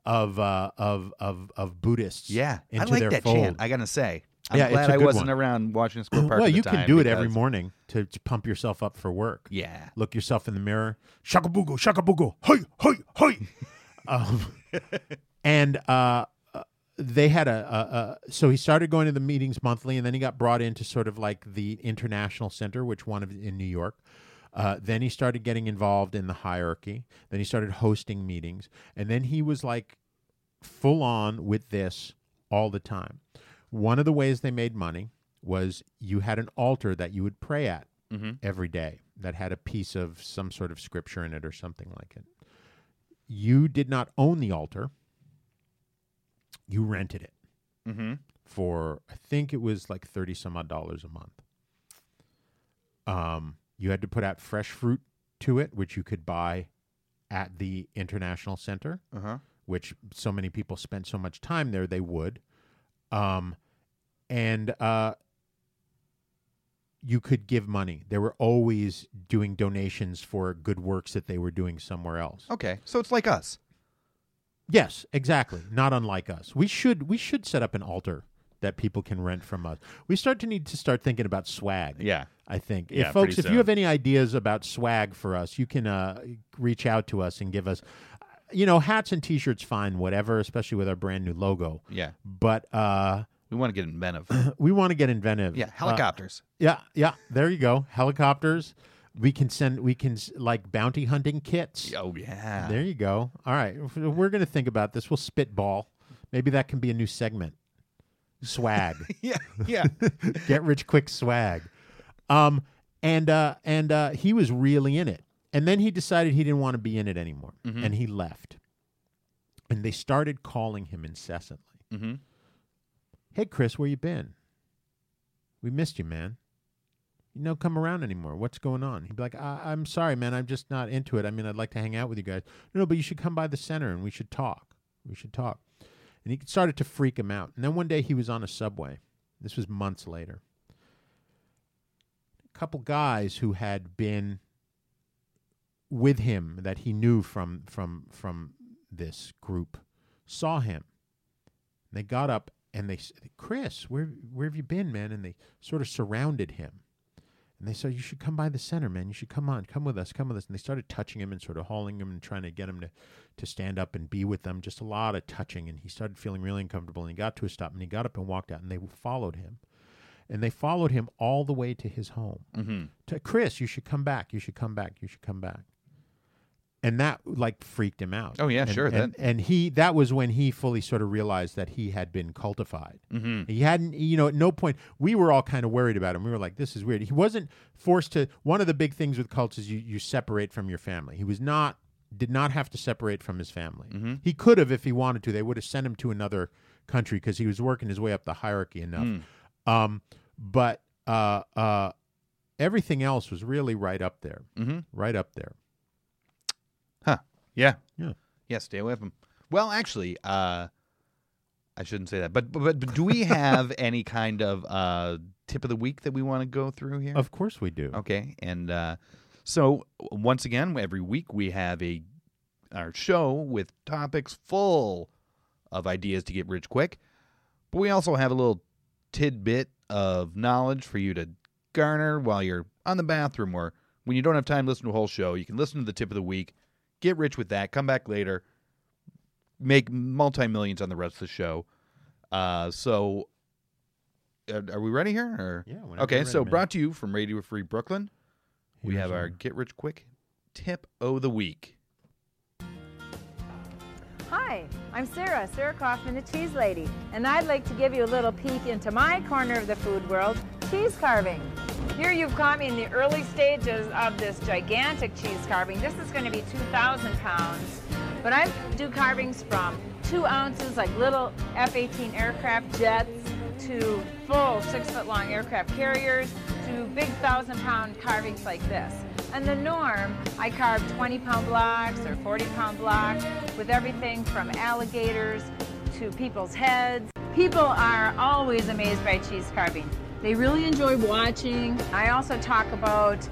of uh, of of of Buddhists. Yeah, into I like their that fold. chant. I gotta say, I'm Yeah, it's glad a I good wasn't one. around Washington Square Park. well, at the you can time do it every because- morning to, to pump yourself up for work. Yeah. look yourself in the mirror. Shakabuku, shakabuku, hoi, hoi, hoi. um, and uh, uh, they had a, a, a so he started going to the meetings monthly, and then he got brought into sort of like the international center, which one of, in New York. Uh, then he started getting involved in the hierarchy. Then he started hosting meetings, and then he was like full on with this all the time. One of the ways they made money was you had an altar that you would pray at every day that had a piece of some sort of scripture in it or something like it. You did not own the altar, you rented it Mhm. for, I think it was like 30 some odd dollars a month. Um, you had to put out fresh fruit to it, which you could buy at the International Center Uh-huh. which so many people spent so much time there they would um and uh you could give money they were always doing donations for good works that they were doing somewhere else Okay, so it's like us. yes exactly not unlike us we should we should set up an altar that people can rent from us we start to need to start thinking about swag Yeah. I think. Yeah, if folks, pretty if you soon. have any ideas about swag for us, you can uh, reach out to us and give us, you know, hats and t-shirts, fine, whatever, especially with our brand new logo. Yeah. But uh, We want to get inventive. We want to get inventive. yeah, Uh, helicopters. Yeah, yeah. There you go. Helicopters. We can send. We can s- like bounty hunting kits. oh yeah. Uh, There you go. All right, F- we're gonna think about this. We'll spitball. Maybe that can be a new segment. Swag. yeah, yeah. Get rich quick swag. Um, and uh, and uh, he was really in it. And then he decided he didn't want to be in it anymore, and he left. And they started calling him incessantly. Mhm. Hey, Chris, where you been? We missed you, man. You don't come around anymore. What's going on? He'd be like, I- I'm sorry, man. I'm just not into it. I mean, I'd like to hang out with you guys. No, no, but you should come by the center and we should talk. We should talk. And he started to freak him out. And then one day he was on a subway. This was months later. A couple guys who had been with him that he knew from from from this group saw him. And they got up and they said, Chris, where where have you been, man? And they sort of surrounded him. And they said, You should come by the center, man. You should come on. Come with us. Come with us. And they started touching him and sort of hauling him and trying to get him to, to stand up and be with them. Just a lot of touching. And he started feeling really uncomfortable. And he got to a stop and he got up and walked out. And they followed him. And they followed him all the way to his home. To Chris, you should come back. You should come back. You should come back. And that like freaked him out. Oh, yeah, And- sure, And, that- and he that was when he fully sort of realized that he had been cultified. Mm-hmm. He hadn't, you know, at no point we were all kind of worried about him. We were like, "This is weird." He wasn't forced to. One of the big things with cults is you you separate from your family. He was not did not have to separate from his family. Mm-hmm. He could have if he wanted to. They would have sent him to another country because he was working his way up the hierarchy enough. Hmm. Um, but uh, uh, everything else was really right up there, mm-hmm. right up there. Huh. Yeah. Yeah. Yeah, stay away from. Well, actually, uh I shouldn't say that. But but, but do we have any kind of uh tip of the week that we want to go through here? Of course we do. Okay. And uh so once again, every week we have a our show with topics full of ideas to get rich quick. But we also have a little tidbit of knowledge for you to garner while you're on the bathroom or when you don't have time to listen to a whole show. You can listen to the tip of the week, get rich with that, come back later, make multi millions on the rest of the show. Uh, so, uh, are, are we ready here? Or? Yeah, whenever Okay, you're ready, so man. brought to you from Radio Free Brooklyn, we Here's have our our- Get Rich Quick tip o' the week. Hi, I'm Sarah, Sarah Kaufman, the Cheese Lady, and I'd like to give you a little peek into my corner of the food world, cheese carving. Here you've caught me in the early stages of this gigantic cheese carving. This is going to be 2,000 pounds, but I do carvings from two ounces, like little F-18 aircraft jets, to full six-foot-long aircraft carriers, to big thousand-pound carvings like this. And the norm, I carve 20 pound blocks or 40 pound blocks with everything from alligators to people's heads. People are always amazed by cheese carving. They really enjoy watching. I also talk about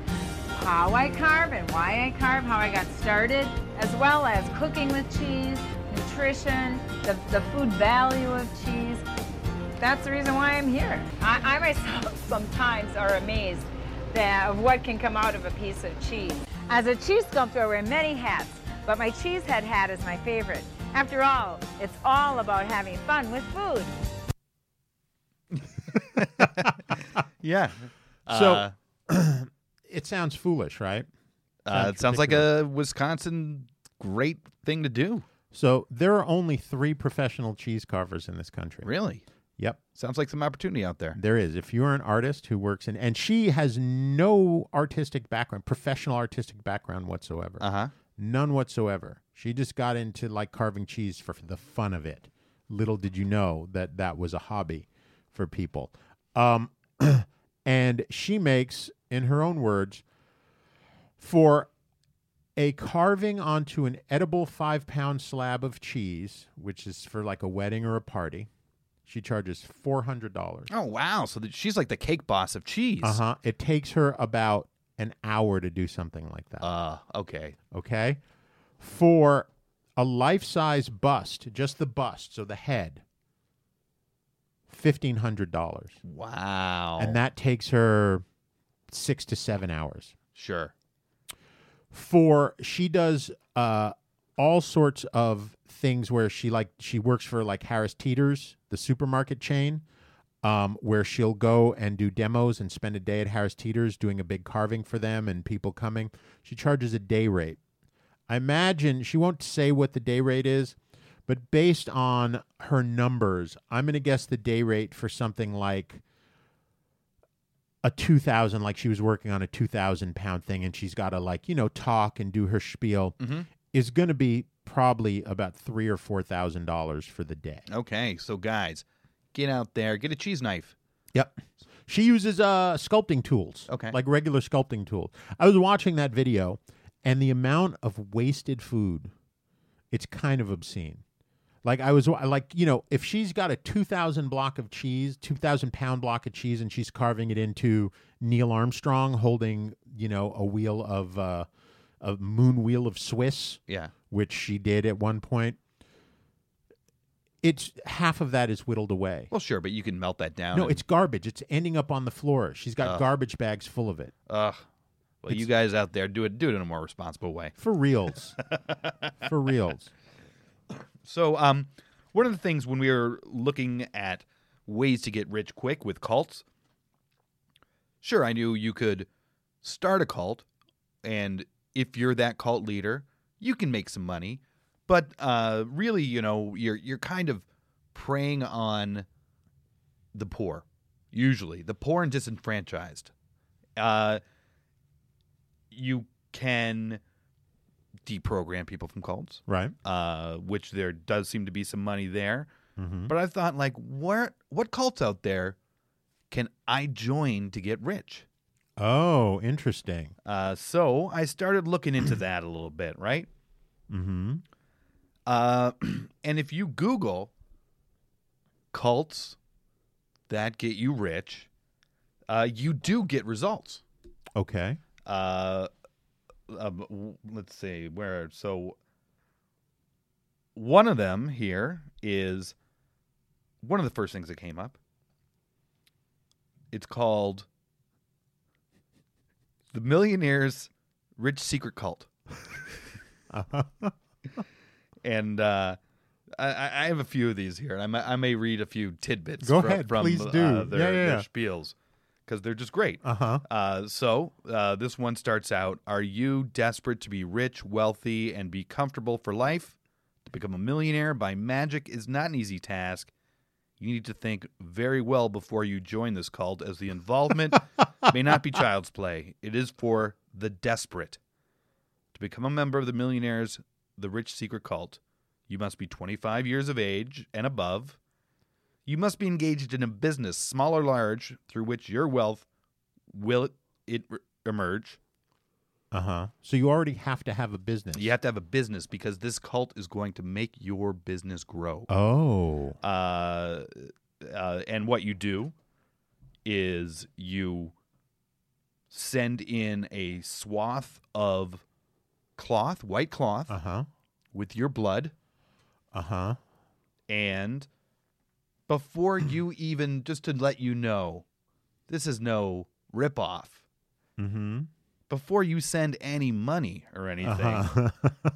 how I carve and why I carve, how I got started, as well as cooking with cheese, nutrition, the, the food value of cheese that's the reason why I'm here. I, I myself sometimes are amazed that of what can come out of a piece of cheese. As a cheese sculptor, I wear many hats, but my cheese head hat is my favorite. After all, it's all about having fun with food. Yeah. So Uh, it sounds foolish, right? Uh, it sounds like a Wisconsin great thing to do. So there are only three professional cheese carvers in this country. Really? Yep, Sounds like some opportunity out there. there is. If you're an artist who works in, and she has no artistic background, professional artistic background whatsoever, Uh huh. none whatsoever. She just got into like carving cheese for the fun of it. Little did you know that that was a hobby for people. Um, and she makes, in her own words, for a carving onto an edible five pound slab of cheese, which is for like a wedding or a party, she charges four hundred dollars. Oh wow! So that she's like the cake boss of cheese. Uh huh. It takes her about an hour to do something like that. Uh, okay. okay? For a life size bust, just the bust, so the head, fifteen hundred dollars. Wow. And that takes her six to seven hours. sure. For she does uh all sorts of things where she like she works for like Harris Teeter's, the supermarket chain. um, where she'll go and do demos and spend a day at Harris Teeter's doing a big carving for them and people coming. She charges a day rate. I imagine she won't say what the day rate is, but based on her numbers, I'm going to guess the day rate for something like a 2000 like she was working on a 2000 pound thing and she's got to like you know talk and do her spiel is going to be probably about three or four thousand dollars for the day Okay, so guys, get out there, get a cheese knife. Yep. She uses uh, sculpting tools. Okay. Like regular sculpting tools. I was watching that video, and the amount of wasted food, it's kind of obscene. Like I was wa- like you know if she's got a two thousand block of cheese, two thousand pound block of cheese, and she's carving it into Neil Armstrong holding you know a wheel of uh, a moon wheel of Swiss Yeah. which she did at one point. It's half of that is whittled away. Well, sure, but you can melt that down. No, and- it's garbage. It's ending up on the floor. She's got garbage bags full of it. Ugh. Well, you guys out there, do it. Do it in a more responsible way. For reals. For reals. So, um, one of the things when we were looking at ways to get rich quick with cults, sure, I knew you could start a cult, and if you're that cult leader, you can make some money. But uh, really, you know, you're you're kind of preying on the poor, usually the poor and disenfranchised. Uh, you can deprogram people from cults Right. uh, which there does seem to be some money there. But I thought, like, where what cults out there can I join to get rich? Oh, interesting. Uh, so I started looking into that a little bit, right? Mm-hmm. Uh, and if you Google cults that get you rich, uh, you do get results. Okay. uh, um, w- let's see where. So one of them here is one of the first things that came up. It's called the Millionaire's Rich Secret Cult. and uh, I, I I have a few of these here, and I may, I may read a few tidbits. Go fro- ahead, from, please uh, do. Yeah, their, yeah, their yeah. spiels because they're just great. Uh-huh. Uh, so uh, this one starts out: Are you desperate to be rich, wealthy, and be comfortable for life? To become a millionaire by magic is not an easy task. You need to think very well before you join this cult, as the involvement may not be child's play. It is for the desperate. To become a member of the Millionaires, the Rich Secret Cult, you must be 25 years of age and above. You must be engaged in a business, small or large, through which your wealth will it re- emerge. Uh-huh. So you already have to have a business. You have to have a business because this cult is going to make your business grow. Oh. uh, uh, and what you do is you send in a swath of cloth, white cloth, Uh-huh. with your blood, Uh-huh. and before you even, just to let you know, this is no ripoff. Mm-hmm. Before you send any money or anything, Uh-huh.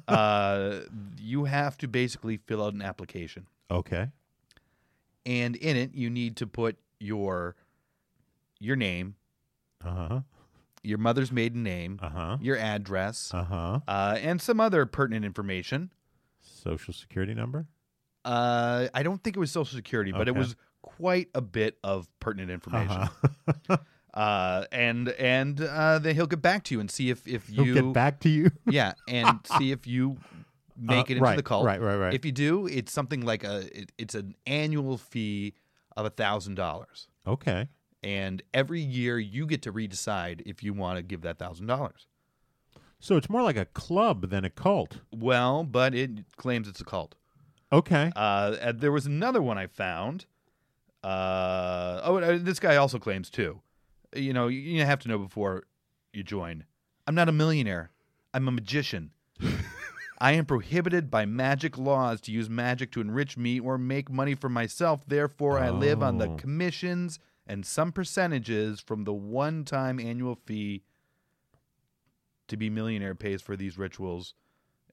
uh, you have to basically fill out an application. okay. and in it you need to put your your name, Uh-huh. your mother's maiden name, Uh-huh. your address, uh Uh-huh. and some other pertinent information. Social security number? Uh, I don't think it was Social Security, but it Okay. was quite a bit of pertinent information. uh Uh-huh. and and uh, then he'll get back to you and see if if He'll you get back to you. yeah, and see if you make Uh, it into right, the cult. right, right, right. If you do, it's something like a it, it's an annual fee of a thousand dollars. okay. and every year you get to redecide if you want to give that thousand dollars. So it's more like a club than a cult. Well, but it claims it's a cult. Okay. Uh, and there was another one I found. Uh, oh, and, uh, this guy also claims too. You know, you, you have to know before you join. I'm not a millionaire. I'm a magician. I am prohibited by magic laws to use magic to enrich me or make money for myself. Therefore, I live on the Oh. commissions and some percentages from the one-time annual fee to be millionaire pays for these rituals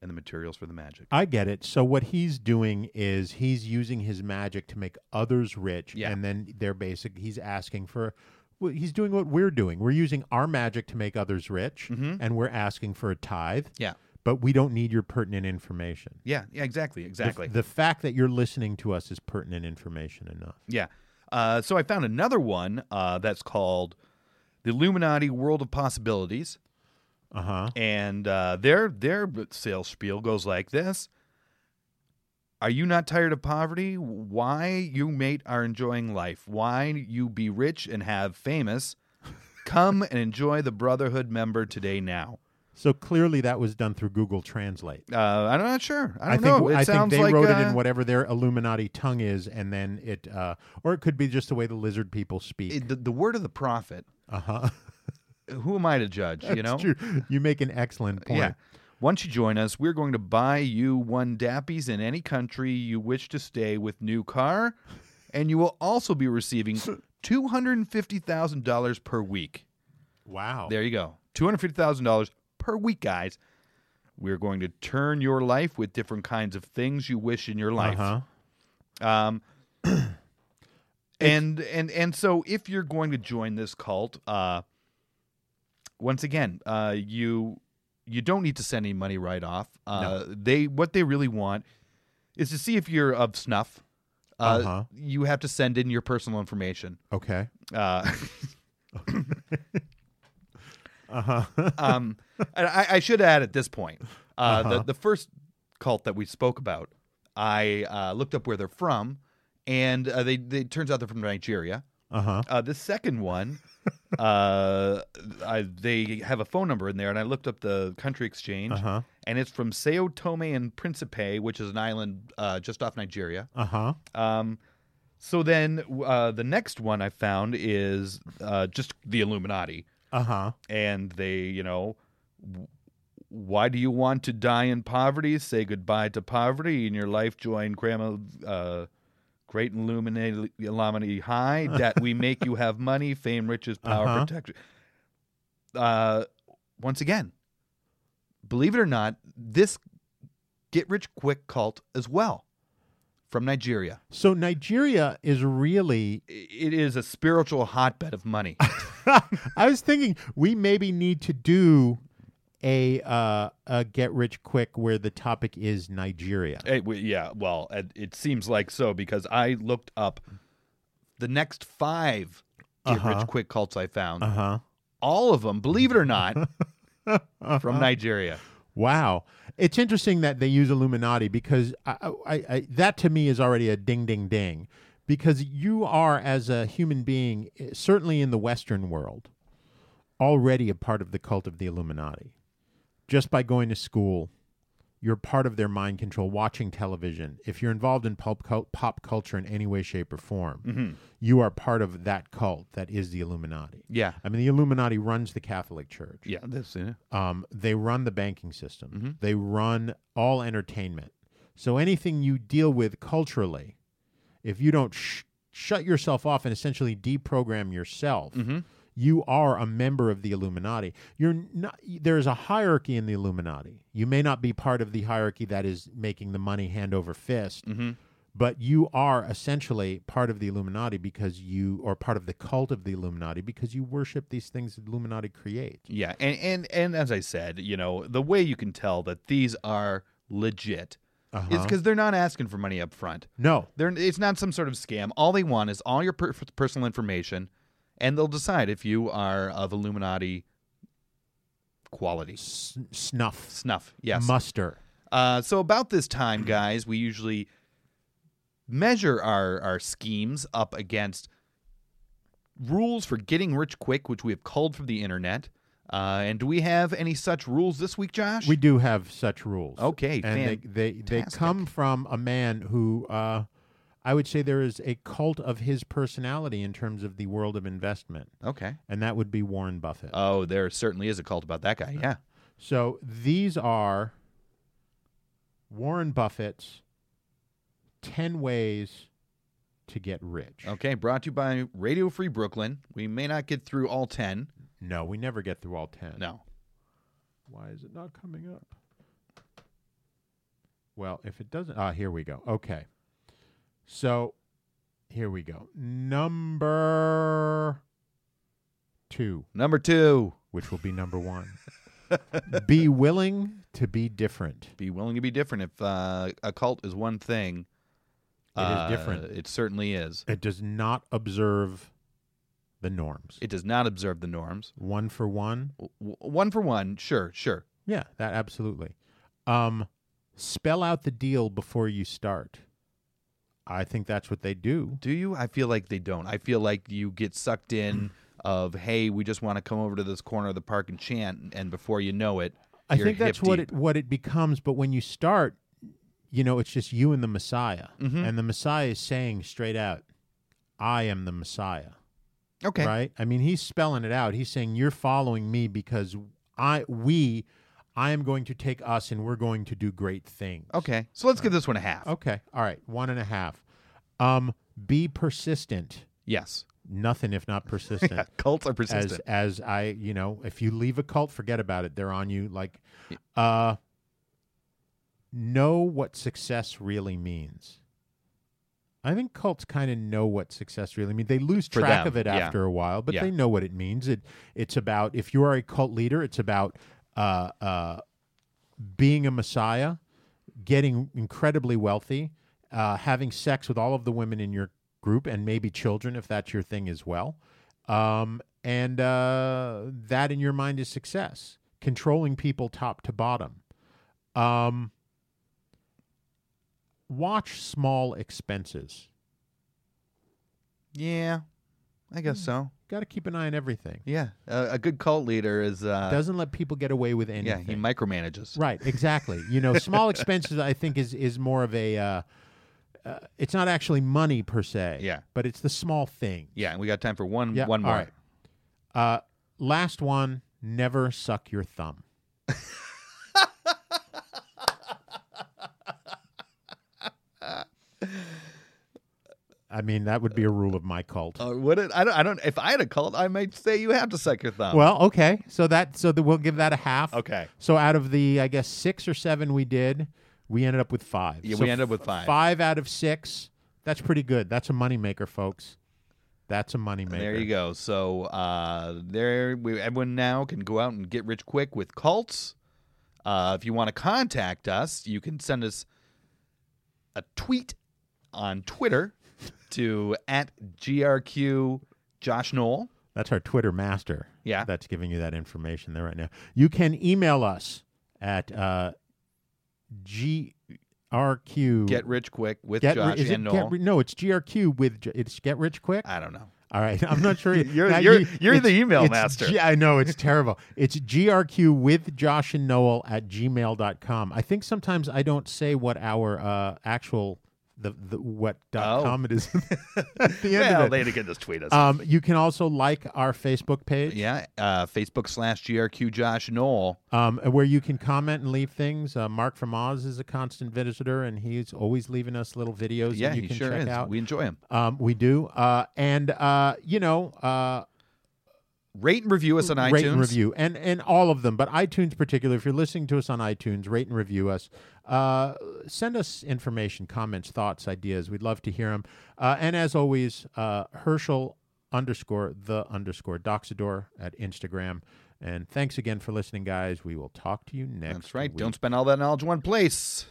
and the materials for the magic. I get it. So what he's doing is he's using his magic to make others rich, Yeah. and then they're basic. He's asking for. well, He's doing what we're doing. We're using our magic to make others rich, and we're asking for a tithe. Mm-hmm. Yeah. But we don't need your pertinent information. Yeah, yeah, exactly, The f- exactly. The, fact that you're listening to us is pertinent information enough. Yeah. Uh, so I found another one uh, that's called the Illuminati World of Possibilities, Uh huh. and uh, their their sales spiel goes like this: Are you not tired of poverty? Why you mate are enjoying life? Why you be rich and have famous? Come and enjoy the Brotherhood member today now. So clearly that was done through Google Translate. Uh, I'm not sure. I don't think know. It I think sounds they like wrote uh, it in whatever their Illuminati tongue is, and then it, uh, or it could be just the way the lizard people speak. it- the, the word of the prophet. Uh huh. Who am I to judge? you know. It's true. You make an excellent point. Yeah. Once you join us, we're going to buy you one Dappies in any country you wish to stay with new car, and you will also be receiving two hundred and fifty thousand dollars per week. Wow. There you go, two hundred fifty thousand dollars per week, guys. We're going to turn your life with different kinds of things you wish in your life. Uh-huh. Um, and and and so if you're going to join this cult, uh, once again, uh, you you don't need to send any money right off. Uh, They what they really want is to see if you're of snuff. Uh, Uh-huh. You have to send in your personal information. Okay. Uh, Uh-huh. um, and I, I should add at this point, uh, Uh-huh. the, the first cult that we spoke about, I uh, looked up where they're from, and uh, they, they it turns out they're from Nigeria. Uh-huh. Uh, the second one, uh, I, they have a phone number in there, and I looked up the country exchange, Uh-huh. and it's from Sao Tome and Principe, which is an island uh, just off Nigeria. Uh-huh. Um, so then uh, the next one I found is uh, just the Illuminati, Uh-huh. and they, you know, w- why do you want to die in poverty? Say goodbye to poverty in your life. Join Grandma. Uh, Great Illuminati Illuminati High that we make you have money, fame, riches, power, Uh-huh. protection. Uh, once again, believe it or not, this get rich quick cult as well from Nigeria So Nigeria is really it is a spiritual hotbed of money. I was thinking we maybe need to do a uh a get rich quick where the topic is Nigeria. Eh, we- yeah, well, it, it seems like so because I looked up the next five get rich quick cults I found. Uh-huh. All of them, believe it or not, from Nigeria. Wow. It's interesting that they use Illuminati because I, I, I, that to me is already a ding, ding, ding. Because you are, as a human being, eh, certainly in the Western world, already a part of the cult of the Illuminati. Just by going to school, you're part of their mind control, watching television. If you're involved in pulp cult, pop culture in any way, shape, or form, you are part of that cult that is the Illuminati. Yeah. I mean, the Illuminati runs the Catholic Church. Yeah, that's yeah. Um, they run the banking system. They run all entertainment. So anything you deal with culturally, if you don't sh- shut yourself off and essentially deprogram yourself, you are a member of the Illuminati. You're not. There is a hierarchy in the Illuminati. You may not be part of the hierarchy that is making the money hand over fist. But you are essentially part of the Illuminati because you, or part of the cult of the Illuminati because you worship these things the Illuminati create. Yeah, and, and and as I said, you know, the way you can tell that these are legit is because they're not asking for money up front. No, They're, it's not some sort of scam. All they want is all your per- personal information, and they'll decide if you are of Illuminati quality. S- snuff, Snuff, yes. muster. Uh, so, about this time, guys, we usually measure our, our schemes up against rules for getting rich quick, which we have culled from the internet. Uh, and do we have any such rules this week, Josh? We do have such rules. Okay, and they, they they fantastic. come from a man who uh, I would say there is a cult of his personality in terms of the world of investment, Okay. and that would be Warren Buffett. Oh, there certainly is a cult about that guy. Yeah. so these are Warren Buffett's ten ways to get rich. Okay, brought to you by Radio Free Brooklyn. We may not get through all 10. No, we never get through all ten. No. Why is it not coming up? Well, if it doesn't, ah, here we go. Okay. So here we go. Number two, Number two, which will be number one. be willing to be different. be willing to be different. If uh, a cult is one thing, It is uh, different. It certainly is. It does not observe the norms. It does not observe the norms. one for one. W- w- one for one, sure, sure. Yeah, that absolutely. Um, spell out the deal before you start. I think that's what they do. Do you? I feel like they don't. I feel like you get sucked in of, hey, we just want to come over to this corner of the park and chant, and before you know it, I you're think that's hip what it deep. what it becomes. But when you start, you know, it's just you and the Messiah, Mm-hmm. and the Messiah is saying straight out, "I am the Messiah." Okay, Right? I mean, he's spelling it out. He's saying, "You're following me because I we, I am going to take us, and we're going to do great things." okay. So let's give this one a half. Okay. All right. One and a half. Um, be persistent. Yes, Nothing if not persistent. cults are persistent. As as I, you know, if you leave a cult, forget about it. They're on you. Like, uh, know what success really means. I think cults kind of know what success really means. They lose For track them, of it yeah. after a while, but Yeah. they know what it means. It it's about if you are a cult leader, it's about uh, uh, being a messiah, getting incredibly wealthy, uh, having sex with all of the women in your group, and maybe children if that's your thing as well. Um, and uh, that in your mind is success, controlling people top to bottom. Um, watch small expenses. yeah, I guess Hmm. so. Got to keep an eye on everything. Yeah, a a good cult leader is. Uh, Doesn't let people get away with anything. yeah, he micromanages. Right, exactly. You know, small expenses I think is is more of a uh, uh, it's not actually money per se. Yeah. But it's the small thing. Yeah, and we got time for one Yeah, one all more. right. Uh, last one, never suck your thumb. I mean, that would be a rule of my cult. Uh, would it? I don't. I don't. If I had a cult, I might say you have to suck your thumb. Well, okay. So that so that we'll give that a half. Okay. So out of the I guess six or seven we did, we ended up with five. Yeah, So we ended up with five. Five out of six. That's pretty good. That's a moneymaker, folks. That's a moneymaker. there you go. So uh, there, we, everyone now can go out and get rich quick with cults. Uh, if you want to contact us, you can send us a tweet on Twitter to at grq Josh Knoll. That's our Twitter master. Yeah. That's giving you that information there right now. You can email us at uh, grq. Get rich quick with Get ri- Josh is it and get Knoll. ri- no, it's grq with J- it's get rich quick. I don't know. All right, I'm not sure. You're- Now, you're- you're the it's- email it's master. G- I know it's terrible. It's grq with Josh and Noel at gmail.com. I think sometimes I don't say what our uh, actual the, the what dot Oh. com it is at the end Well, of it. they can just tweet us. Um, you can also like our Facebook page, yeah, uh, Facebook slash grq Josh Knoll. um, where you can comment and leave things. Uh, Mark from Oz is a constant visitor, and he's always leaving us little videos Yeah, that you he can sure check is. out. We enjoy him. um, we do, uh, and uh, you know. Uh, Rate and review us on iTunes. rate and review and and all of them but itunes particularly if you're listening to us on itunes rate and review us uh, send us information comments thoughts ideas we'd love to hear them uh, and as always uh, herschel underscore the underscore doxador at instagram and thanks again for listening guys we will talk to you next That's right. week. Don't spend all that knowledge in one place.